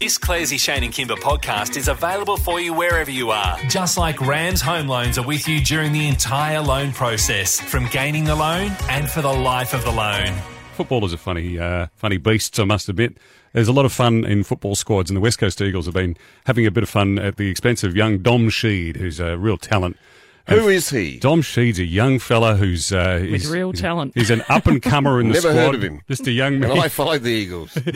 This Clarsey, Shane and Kimber podcast is available for you wherever you are. Just like Rams Home Loans are with you during the entire loan process, from gaining the loan and for the life of the loan. Footballers are funny, uh, funny beasts. I must admit, there's a lot of fun in football squads, and the West Coast Eagles have been having a bit of fun at the expense of young Dom Sheed, who's a real talent. Who is he? Dom Sheed's a young fella who's uh, With is- real is- talent. He's an up and comer in the Never squad. heard of him. Just a young And man. I five the Eagles.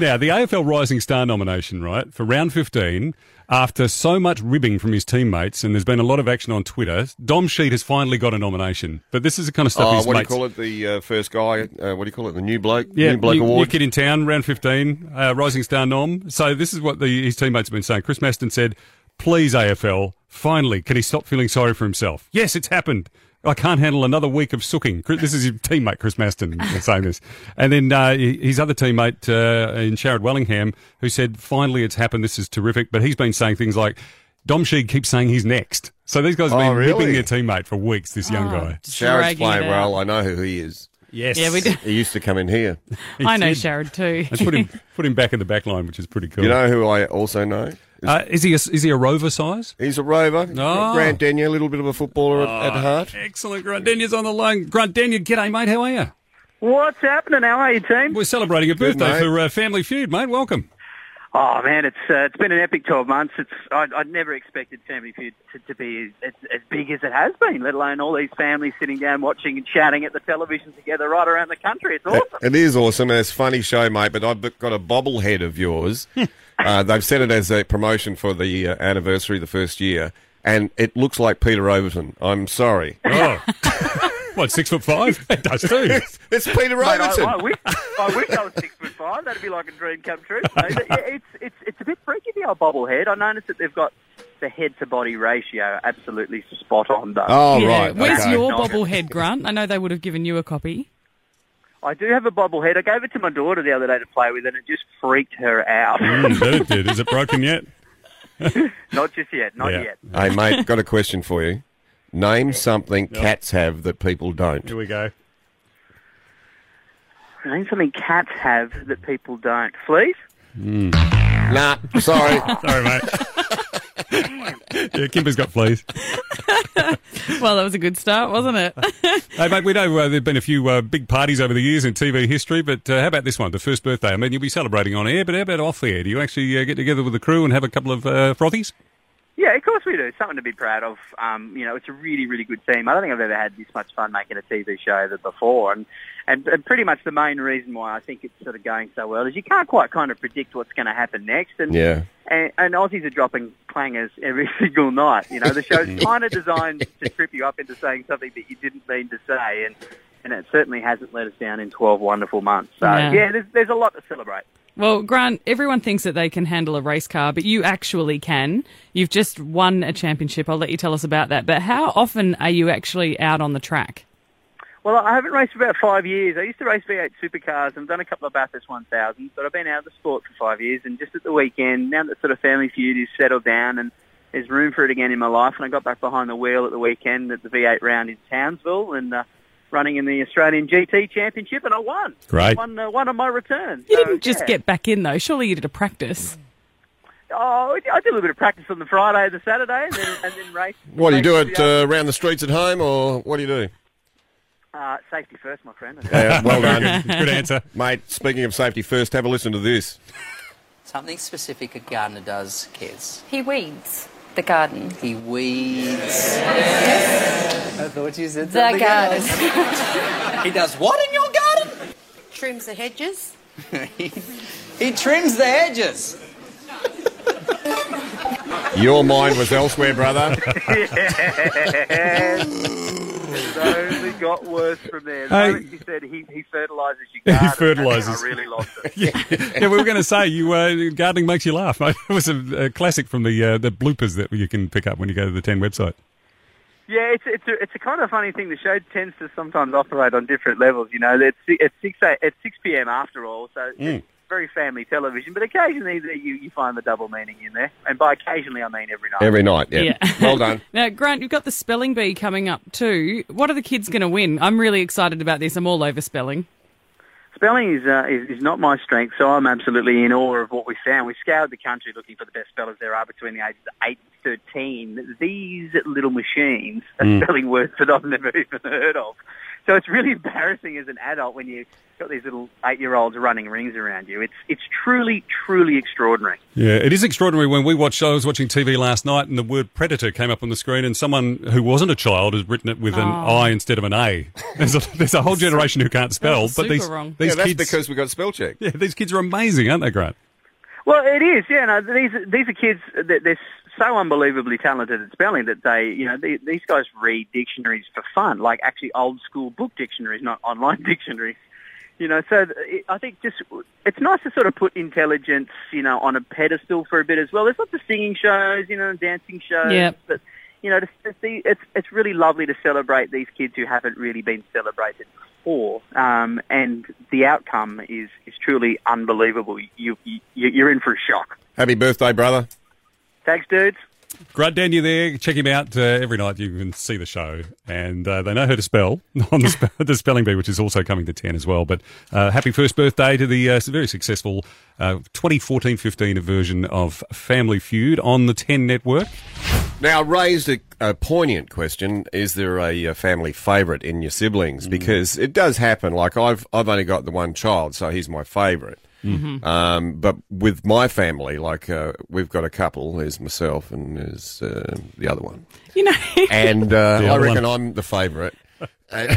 Now, the AFL Rising Star nomination, right, for round 15, after so much ribbing from his teammates, and there's been a lot of action on Twitter, Dom Sheed has finally got a nomination. But this is the kind of stuff Oh, his what do you mates. call it? The uh, first guy. Uh, what do you call it? The new bloke. Yeah, new bloke new, new award. kid in town, round 15, uh, Rising Star nom. So this is what the, his teammates have been saying. Chris Maston said, please, AFL, finally, can he stop feeling sorry for himself? Yes, it's happened. I can't handle another week of sooking. Chris- This is his teammate, Chris Maston, saying this. And then uh, his other teammate uh, in Sherrod Wellingham, who said, finally, it's happened. This is terrific. But he's been saying things like, Dom Sheed keeps saying he's next. So these guys have been Oh, really? ripping their teammate for weeks, this young guy. Just Sharrod's dragging it playing out. well. I know who he is. Yes. uh, Yeah, we do. He used to come in here. I know did. Sharrod too. And put him, put him back in the back line, which is pretty cool. You know who I also know? Uh, is he a, is he a rover size? He's a rover. Oh. Grant Denyer, a little bit of a footballer at, Uh-huh. at heart. Excellent. Grant Denya's on the line. Grant Denya, g'day mate. How are you? What's happening? How are you, team? We're celebrating a birthday mate. for uh, Family Feud, mate. Welcome. Oh man, it's uh, it's been an epic twelve months. It's I, I'd never expected Family Feud to, to be as, as big as it has been, let alone all these families sitting down watching and shouting at the television together right around the country. It's awesome. It is awesome, and it's a funny show, mate. But I've got a bobblehead of yours. uh, they've sent it as a promotion for the uh, anniversary, of the first year, and it looks like Peter Overton. I'm sorry, Oh. what, six foot five? It does too. it's, it's Peter Mate, I, Overton. I wish I wish I was six foot five. That'd be like a dream come true. mate. But yeah, it's it's it's a bit freaky the old bobblehead. I noticed that they've got the head to body ratio absolutely spot on though. oh Yeah. right, Where's okay. your bobblehead, Grant? I know they would have given you a copy. I do have a bobblehead. I gave it to my daughter the other day to play with, and it just freaked her out. Mm, that it did. Is it broken yet? not just yet. Not Yeah. yet. Hey, mate, got a question for you. Name something cats have that people don't. Here we go. Name something cats have that people don't. Fleas? Nah, sorry. Sorry, mate. yeah, Kimber's got fleas. Well, that was a good start, wasn't it? Hey, mate, we know uh, there have been a few uh, big parties over the years in TV history, but uh, how about this one, the first birthday? I mean, you'll be celebrating on air, but how about off air? Do you actually uh, get together with the crew and have a couple of uh, frothies? Yeah, of course we do. Something to be proud of. Um, you know, it's a really, really good team. I don't think I've ever had this much fun making a TV show ever before. And, and, and pretty much the main reason why I think it's sort of going so well is you can't quite kind of predict what's going to happen next. And yeah. and, and Aussies are dropping clangers every single night. You know, the show's kind of designed to trip you up into saying something that you didn't mean to say, and and it certainly hasn't let us down in 12 wonderful months. So Yeah. yeah, there's, there's a lot to celebrate. Well, Grant, everyone thinks that they can handle a race car, but you actually can. You've just won a championship. I'll let you tell us about that. But how often are you actually out on the track? Well, I haven't raced for about five years. I used to race V8 supercars and I've done a couple of Bathurst 1000s, but I've been out of the sport for five years. And just at the weekend, now that sort of family feud is settled down and there's room for it again in my life, and I got back behind the wheel at the weekend at the V8 round in Townsville and uh, running in the Australian GT Championship, and I won. Great. Won, uh, won on my return. You So, didn't just yeah. get back in, though. Surely you did a practice. Oh, I did a little bit of practice on the Friday and the Saturday, and then, and then race. What do you do race it uh, around the streets at home, or what do you do? uh, safety first, my friend. Uh, well done, Good answer. mate. Speaking of safety first, have a listen to this. Something specific a gardener does, Kez. He weeds the garden. He weeds. I thought you said The garden. He does what in your garden? Trims the hedges. He trims the hedges. Your mind was elsewhere, brother. So it got worse from there. The Hey. moment she said he, he fertilises your He garden. fertilises. I really lost it. yeah, we were going to say you uh, gardening makes you laugh. Mate. It was a, a classic from the uh, the bloopers that you can pick up when you go to the Ten website. Yeah, it's it's a, it's a kind of funny thing. The show tends to sometimes operate on different levels. You know, it's it's six a- it's six p.m. after all, so Mm. it's very family television. But occasionally there you you find the double meaning in there, and by occasionally I mean every night. Every night, yeah. Yeah. Well done. Now, Grant, you've got the spelling bee coming up, too. What are the kids going to win? I'm really excited about this. I'm all over spelling. spelling is, uh, is is not my strength, so I'm absolutely in awe of what we found. We scoured the country looking for the best spellers there are between the ages of eight and thirteen. These little machines are Mm. spelling words that I've never even heard of. So it's really embarrassing as an adult when you've got these little eight-year-olds running rings around you. It's it's truly truly extraordinary. Yeah, it is extraordinary when we watch. I was watching TV last night, and the word predator came up on the screen, and someone who wasn't a child has written it with an Oh. I instead of an A. There's a, there's a whole generation who can't spell, but these these yeah, that's kids, because we got spell check. yeah, these kids are amazing, aren't they, Grant? Well, it is. Yeah, no, these these are kids that they're so unbelievably talented at spelling that they, you know, they, these guys read dictionaries for fun, like actually old school book dictionaries, not online dictionaries. You know, so th- it, I think just it's nice to sort of put intelligence, you know, on a pedestal for a bit as well. There's lots of singing shows, you know, and dancing shows, Yep. but you know, to, to see, it's it's really lovely to celebrate these kids who haven't really been celebrated before, um, and the outcome is is truly unbelievable. You, you you're in for a shock. Happy birthday, brother. Thanks, dudes. Grant Dan, you there? Check him out uh, every night. You can see the show, and uh, they know how to spell on the, spe- the spelling bee, which is also coming to ten as well. But uh, happy first birthday to the uh, very successful uh, 2014-15 version of Family Feud on the Ten Network. Now, raised a, a poignant question: Is there a, uh family favourite in your siblings? Mm. Because it does happen. Like I've I've only got the one child, so he's my favourite. Mm-hmm. Mhm. Um, but with my family, like uh, we've got a couple. There's myself and there's uh, the other one. You know, and uh, The I other reckon one. I'm the favourite. Uh,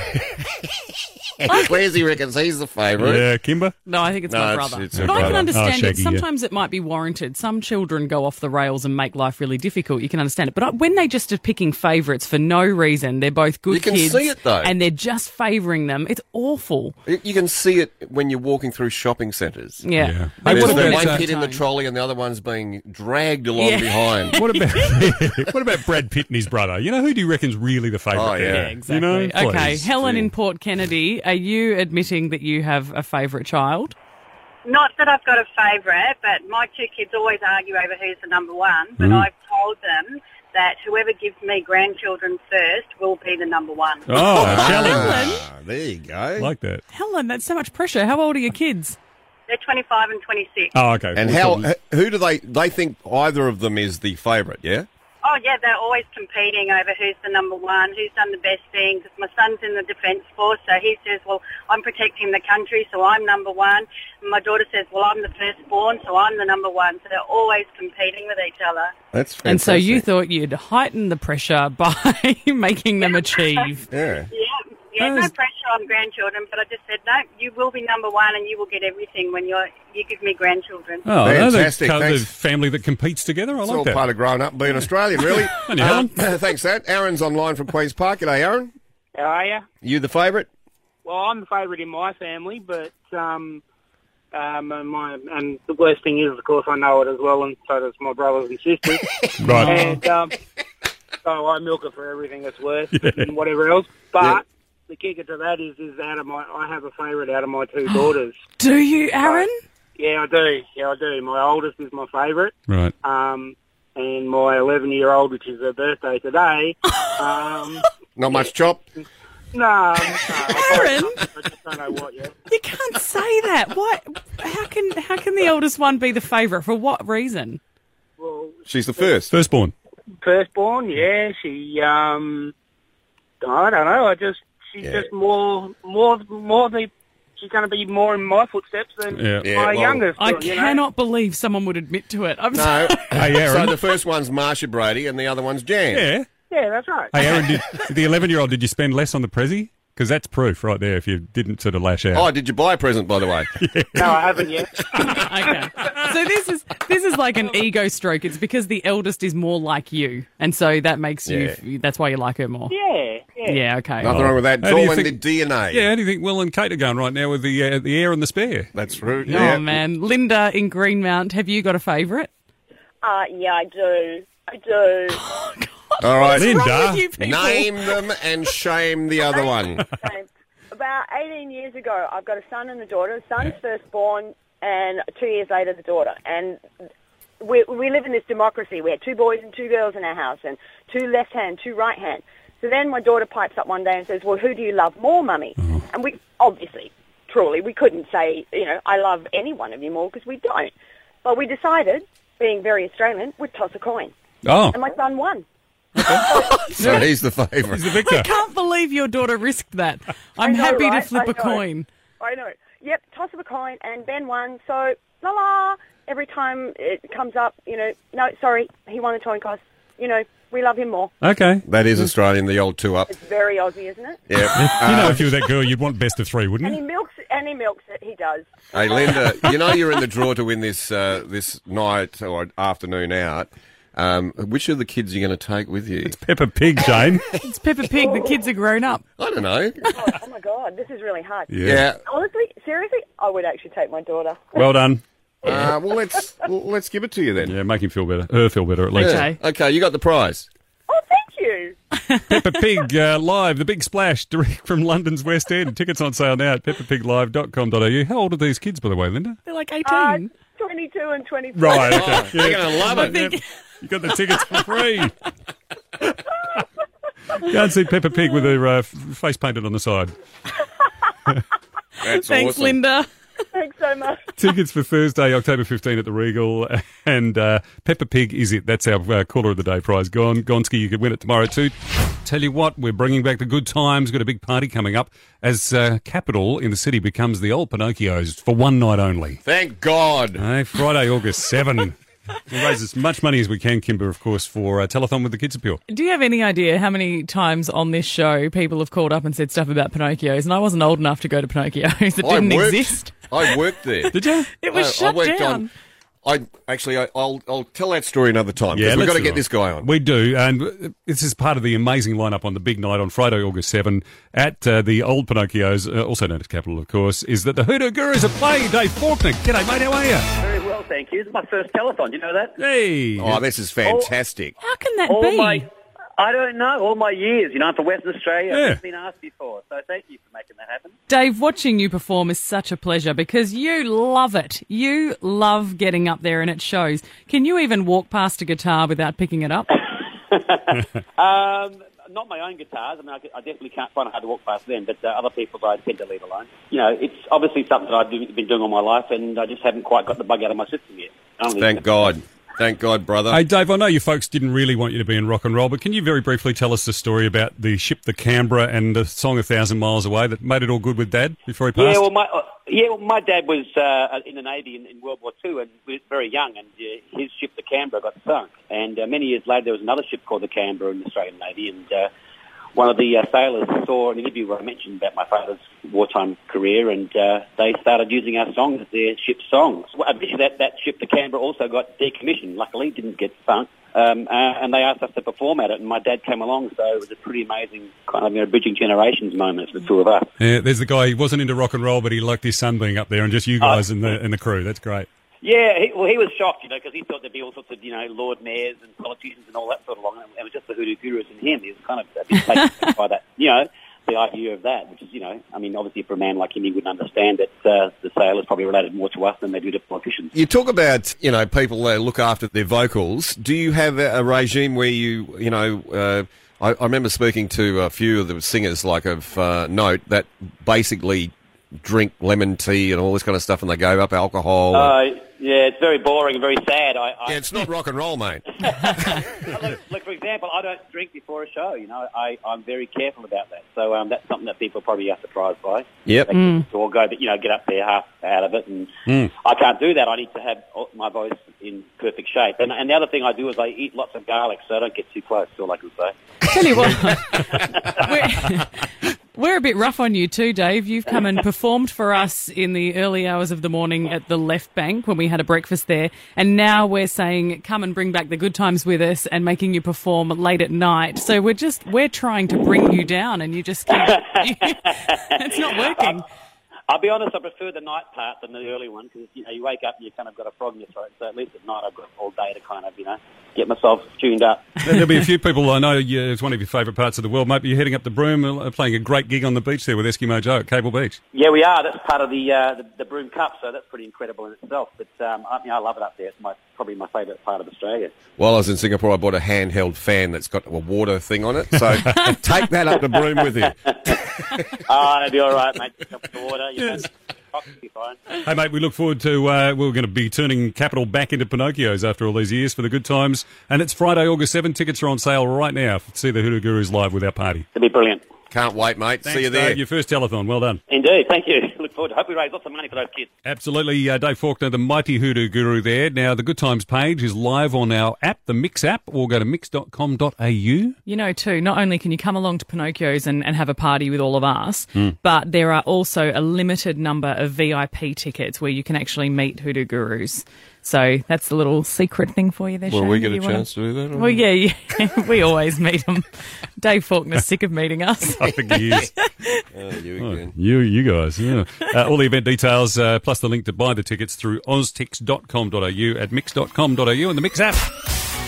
Clancy reckons he's the favourite. Yeah, Kimber. No, I think it's No, my it's- brother. it's her but I can brother. understand Oh, it. Shaggy, yeah. Sometimes it might be warranted. Some children go off the rails and make life really difficult. You can understand it. But I- when they just are picking favourites for no reason, they're both good You can kids. see it, though. And they're just favouring them. It's awful. You you can see it when you're walking through shopping centres. Yeah. Yeah. They They There's would've the been one better. kid in the trolley and the other one's being dragged along Yeah. behind. What about what about Brad Pitt and his brother? You know who do you reckon's really the favourite? Oh, yeah. there? Yeah, exactly. You know, okay, please. Helen in Port Kennedy, are you admitting that you have a favourite child? Not that I've got a favourite, but my two kids always argue over who's the number one. But Mm. I've told them that whoever gives me grandchildren first will be the number one. Oh, challenge. Ah, there you go. Like that. Helen, that's so much pressure. How old are your kids? They're 25 and 26. Oh, okay. And We're how? talking- Who do they? They think either of them is the favourite. Yeah. Oh, yeah, they're always competing over who's the number one, who's done the best thing. Because my son's in the Defence Force, so he says, well, I'm protecting the country, so I'm number one. And my daughter says, well, I'm the firstborn, so I'm the number one. So they're always competing with each other. That's And so you thought you'd heighten the pressure by making them achieve. Yeah. Yeah, yeah, no Those- pressure on grandchildren, but I just said, no, you will be number one and you will get everything when you're, you give me grandchildren. Oh, I know the Fantastic, co- the thanks. family that competes together. I It's like all that. part of growing up and being Australian, really. Um, And you, Helen. thanks, that. Aaron's online from Queens Park. G'day, Aaron. How are you? You the favourite? Well, I'm the favourite in my family, but um, um, and my and the worst thing is, of course, I know it as well, and so does my brothers and sisters. Right. And um, so Oh, I milk it for everything it's worth Yeah. and whatever else. But Yeah. the kicker to that is, is out of my, I have a favourite out of my two daughters. Do you, Aaron? Yeah, I do. Yeah, I do. My oldest is my favourite. Right. Ah. Um, and my 11 year old, which is her birthday today. Um, Not much chop. no, Aaron? I just don't know what yet. You can't say that. What? How can how can the oldest one be the favourite? For what reason? Well, She's the first. Firstborn. firstborn, yeah, she um I don't know, I just she's just more more more the she's gonna be more in my footsteps than Yeah. Yeah, my well- youngest. I you know? cannot believe someone would admit to it. I'm No. sorry. So Aaron. the first one's Marsha Brady and the other one's Jan. Yeah. Yeah, that's right. Hey, Aaron, did, the 11 year old, did you spend less on the Prezi? Because that's proof right there if you didn't sort of lash out. Oh, did you buy a present, by the way? No, I haven't yet. okay. So this is this is like an ego stroke. It's because the eldest is more like you, and so that makes you. That's why you like her more. Yeah, yeah. Yeah. Okay. Nothing wrong with that. It's How do all you in think- the DNA. Yeah, how do you think Will and Kate are going right now with the uh, the air and the spare? That's true. Oh man, Linda in Greenmount, have you got a favourite? Uh, yeah, I do. I do. All right, What's wrong Linda. with you people? name them and shame the other one. About 18 years ago, I've got a son and a daughter. The son's firstborn, and two years later, the daughter. And we, we live in this democracy. We had two boys and two girls in our house, and two left hand, two right hand. So then my daughter pipes up one day and says, "Well, who do you love more, mummy?" And we obviously truly, we couldn't say, you know, I love any one of you more because we don't. But we decided, being very Australian, we'd toss a coin. Oh. And my son won. So he's the favourite. He's the I can't believe your daughter risked that. I I'm know, happy right? to flip I a know. coin. I know. Yep, toss of a coin, and Ben won. So la la. Every time it comes up, you know, no, sorry, he won the toy cost. You know, we love him more. Okay. That is Australian, the old two up. It's very Aussie, isn't it? Yeah. you know, Uh, if you were that girl, you'd want best of three, And wouldn't he you? milks it. And he milks it. He does. Hey Linda, you know you're in the draw to win this uh, this night or afternoon out. Um, which of the kids are you going to take with you? It's Peppa Pig, Jane. It's Peppa Pig. The kids are grown up. I don't know. Oh, oh my god, this is really hard. Yeah. Yeah. Honestly, seriously, I would actually take my daughter. Well done. Uh, well, let's well, let's give it to you then. Yeah, make him feel better. Her feel better, at least. Yeah. Okay, you got the prize. Oh, thank you. Peppa Pig uh, Live, the big splash, direct from London's West End. Tickets on sale now at peppapiglive.com.au. How old are these kids, by the way, Linda? They're like 18. Uh, 22 and 24. Right, okay. Oh, they're gonna love it. Yep. You got the tickets for free. Go and see Peppa Pig with her uh, f- face painted on the side. That's Thanks, awesome. Linda. Thanks so much. Tickets for Thursday, October 15 at the Regal. And uh, Peppa Pig is it. That's our uh, caller of the day prize. Gon- Gonski, you could win it tomorrow too. Tell you what, we're bringing back the good times. Got a big party coming up as uh, capital in the city becomes the old Pinocchio's for one night only. Thank God. Hey, Friday, August 7. We'll raise as much money as we can, Kimber, of course, for uh, Telethon with the Kids Appeal. Do you have any idea how many times on this show people have called up and said stuff about Pinocchio's? And I wasn't old enough to go to Pinocchio's. It didn't I worked, exist. I worked there. Did you? It was I- I shut worked down. on. I actually, I, I'll I'll tell that story another time. because we've let's got to do get it. this guy on. We do, and this is part of the amazing lineup on the big night on Friday, August 7 at uh, the Old Pinocchio's, uh, also known as Capital, of course, is that the Hoodoo Gurus are playing. Dave Faulkner, g'day mate, how are you? Very well, thank you. It's my first telethon. You know that? Hey. Oh, this is fantastic. How can that all Oh be? my, I don't know. All my years, you know, I'm from Western Australia. Yeah. I've been asked before, so thank you for making that happen. Dave, watching you perform is such a pleasure because you love it. You love getting up there and it shows. Can you even walk past a guitar without picking it up? Um, not my own guitars. I mean, I, I definitely can't find it hard to walk past them, but uh, other people I tend to leave alone. You know, it's obviously something that I've been been doing all my life, and I just haven't quite got the bug out of my system yet. I don't think- Thank God. Thank God, brother. Hey, Dave, I know you folks didn't really want you to be in rock and roll, but can you very briefly tell us the story about the ship, the Canberra, and the song A Thousand Miles Away that made it all good with Dad before he passed? Yeah, well, my uh, yeah, well, my dad was uh, in the navy in, in World War Two, and we was very young, and uh, his ship, the Canberra, got sunk. And uh, many years later, there was another ship called the Canberra in the Australian Navy, and uh, one of the uh, sailors saw an interview where I mentioned about my father's wartime career, and uh, they started using our song as their ship's song. So eventually, that that ship, the Canberra, also got decommissioned. Luckily, it didn't get sunk. Um, uh, and they asked us to perform at it, and my dad came along, so it was a pretty amazing kind of you know, bridging generations moment for the two of us. Yeah, there's the guy. He wasn't into rock and roll, but he liked his son being up there, and just you Uh, guys and the and the crew. That's great. Yeah, he, well, he was shocked, you know, because he thought there'd be all sorts of, you know, Lord Mayors and politicians and all that sort of along, and it was just the hoodoo gurus and him. He was kind of a bit taken by that, you know, the idea of that, which is, you know, I mean, obviously for a man like him, he wouldn't understand that uh, the sailors probably related more to us than they do to politicians. You talk about you know people that look after their vocals. Do you have a, a regime where you you know? Uh, I, I remember speaking to a few of the singers, like of uh, note, that basically drink lemon tea and all this kind of stuff, and they gave up alcohol. Uh, yeah, it's very boring and very sad. I, I, yeah, it's not rock and roll, mate. look, look, for example, I don't drink before a show, you know, I, I'm very careful about that. So um, that's something that people probably are surprised by. Yep. They can all go, but, you know, get up there half out of it and I can't do that. I need to have all- my voice in perfect shape. And, and the other thing I do is I eat lots of garlic, so I don't get too close. That's all I can say. Tell you what, we're, we're a bit rough on you too, Dave. You've come and performed for us in the early hours of the morning at the Left Bank when we had a breakfast there. And now we're saying, come and bring back the good times with us and making you perform late at night. So we're just, we're trying to bring you down and you just keep, it's not working. I'll be honest, I prefer the night part than the early one because you know you wake up and you kind of got a frog in your throat. So at least at night I've got all day to kind of you know get myself tuned up. There- There'll be a few people I know. Yeah, it's one of your favourite parts of the world, mate. But you're heading up the broom, uh, playing a great gig on the beach there with Eskimo Joe at Cable Beach. Yeah, we are. That's part of the uh, the, the Broom Cup, so that's pretty incredible in itself. But um, I, you know, I love it up there. It's my probably my favourite part of Australia. While I was in Singapore, I bought a handheld fan that's got a water thing on it. So take that up the broom with you. oh, it'll be all right, mate. Just a cup of water. You Yes. know, it'll be fine. Hey, mate, we look forward to. Uh, we're going to be turning capital back into Pinocchios after all these years for the good times. And it's Friday, August 7. Tickets are on sale right now. See the Hoodoo Gurus live with our party. It'll be brilliant. Can't wait, mate. See you there. Dave, your first telethon. Well done. Indeed. Thank you. Look forward to Hope we raise lots of money for those kids. Absolutely. Uh, Dave Faulkner, the mighty hoodoo guru there. Now, the Good Times page is live on our app, the Mix app, or go to mix.com.au. You know, too, not only can you come along to Pinocchio's and, and have a party with all of us, Hmm. but there are also a limited number of VIP tickets where you can actually meet hoodoo gurus. So that's the little secret thing for you there. Will Shane, we if get a you wanna- chance to do that, or- Well, yeah, yeah. we always meet them. Dave Faulkner's sick of meeting us. I think he is. you Oh, you, you guys. Yeah. uh, all the event details, uh, plus the link to buy the tickets through oztix.com.au at mix.com.au and the Mix app.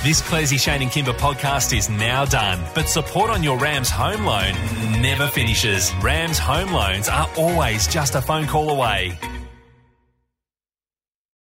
This Clarsey, Shane and Kimber podcast is now done, but support on your Rams home loan never finishes. Rams home loans are always just a phone call away.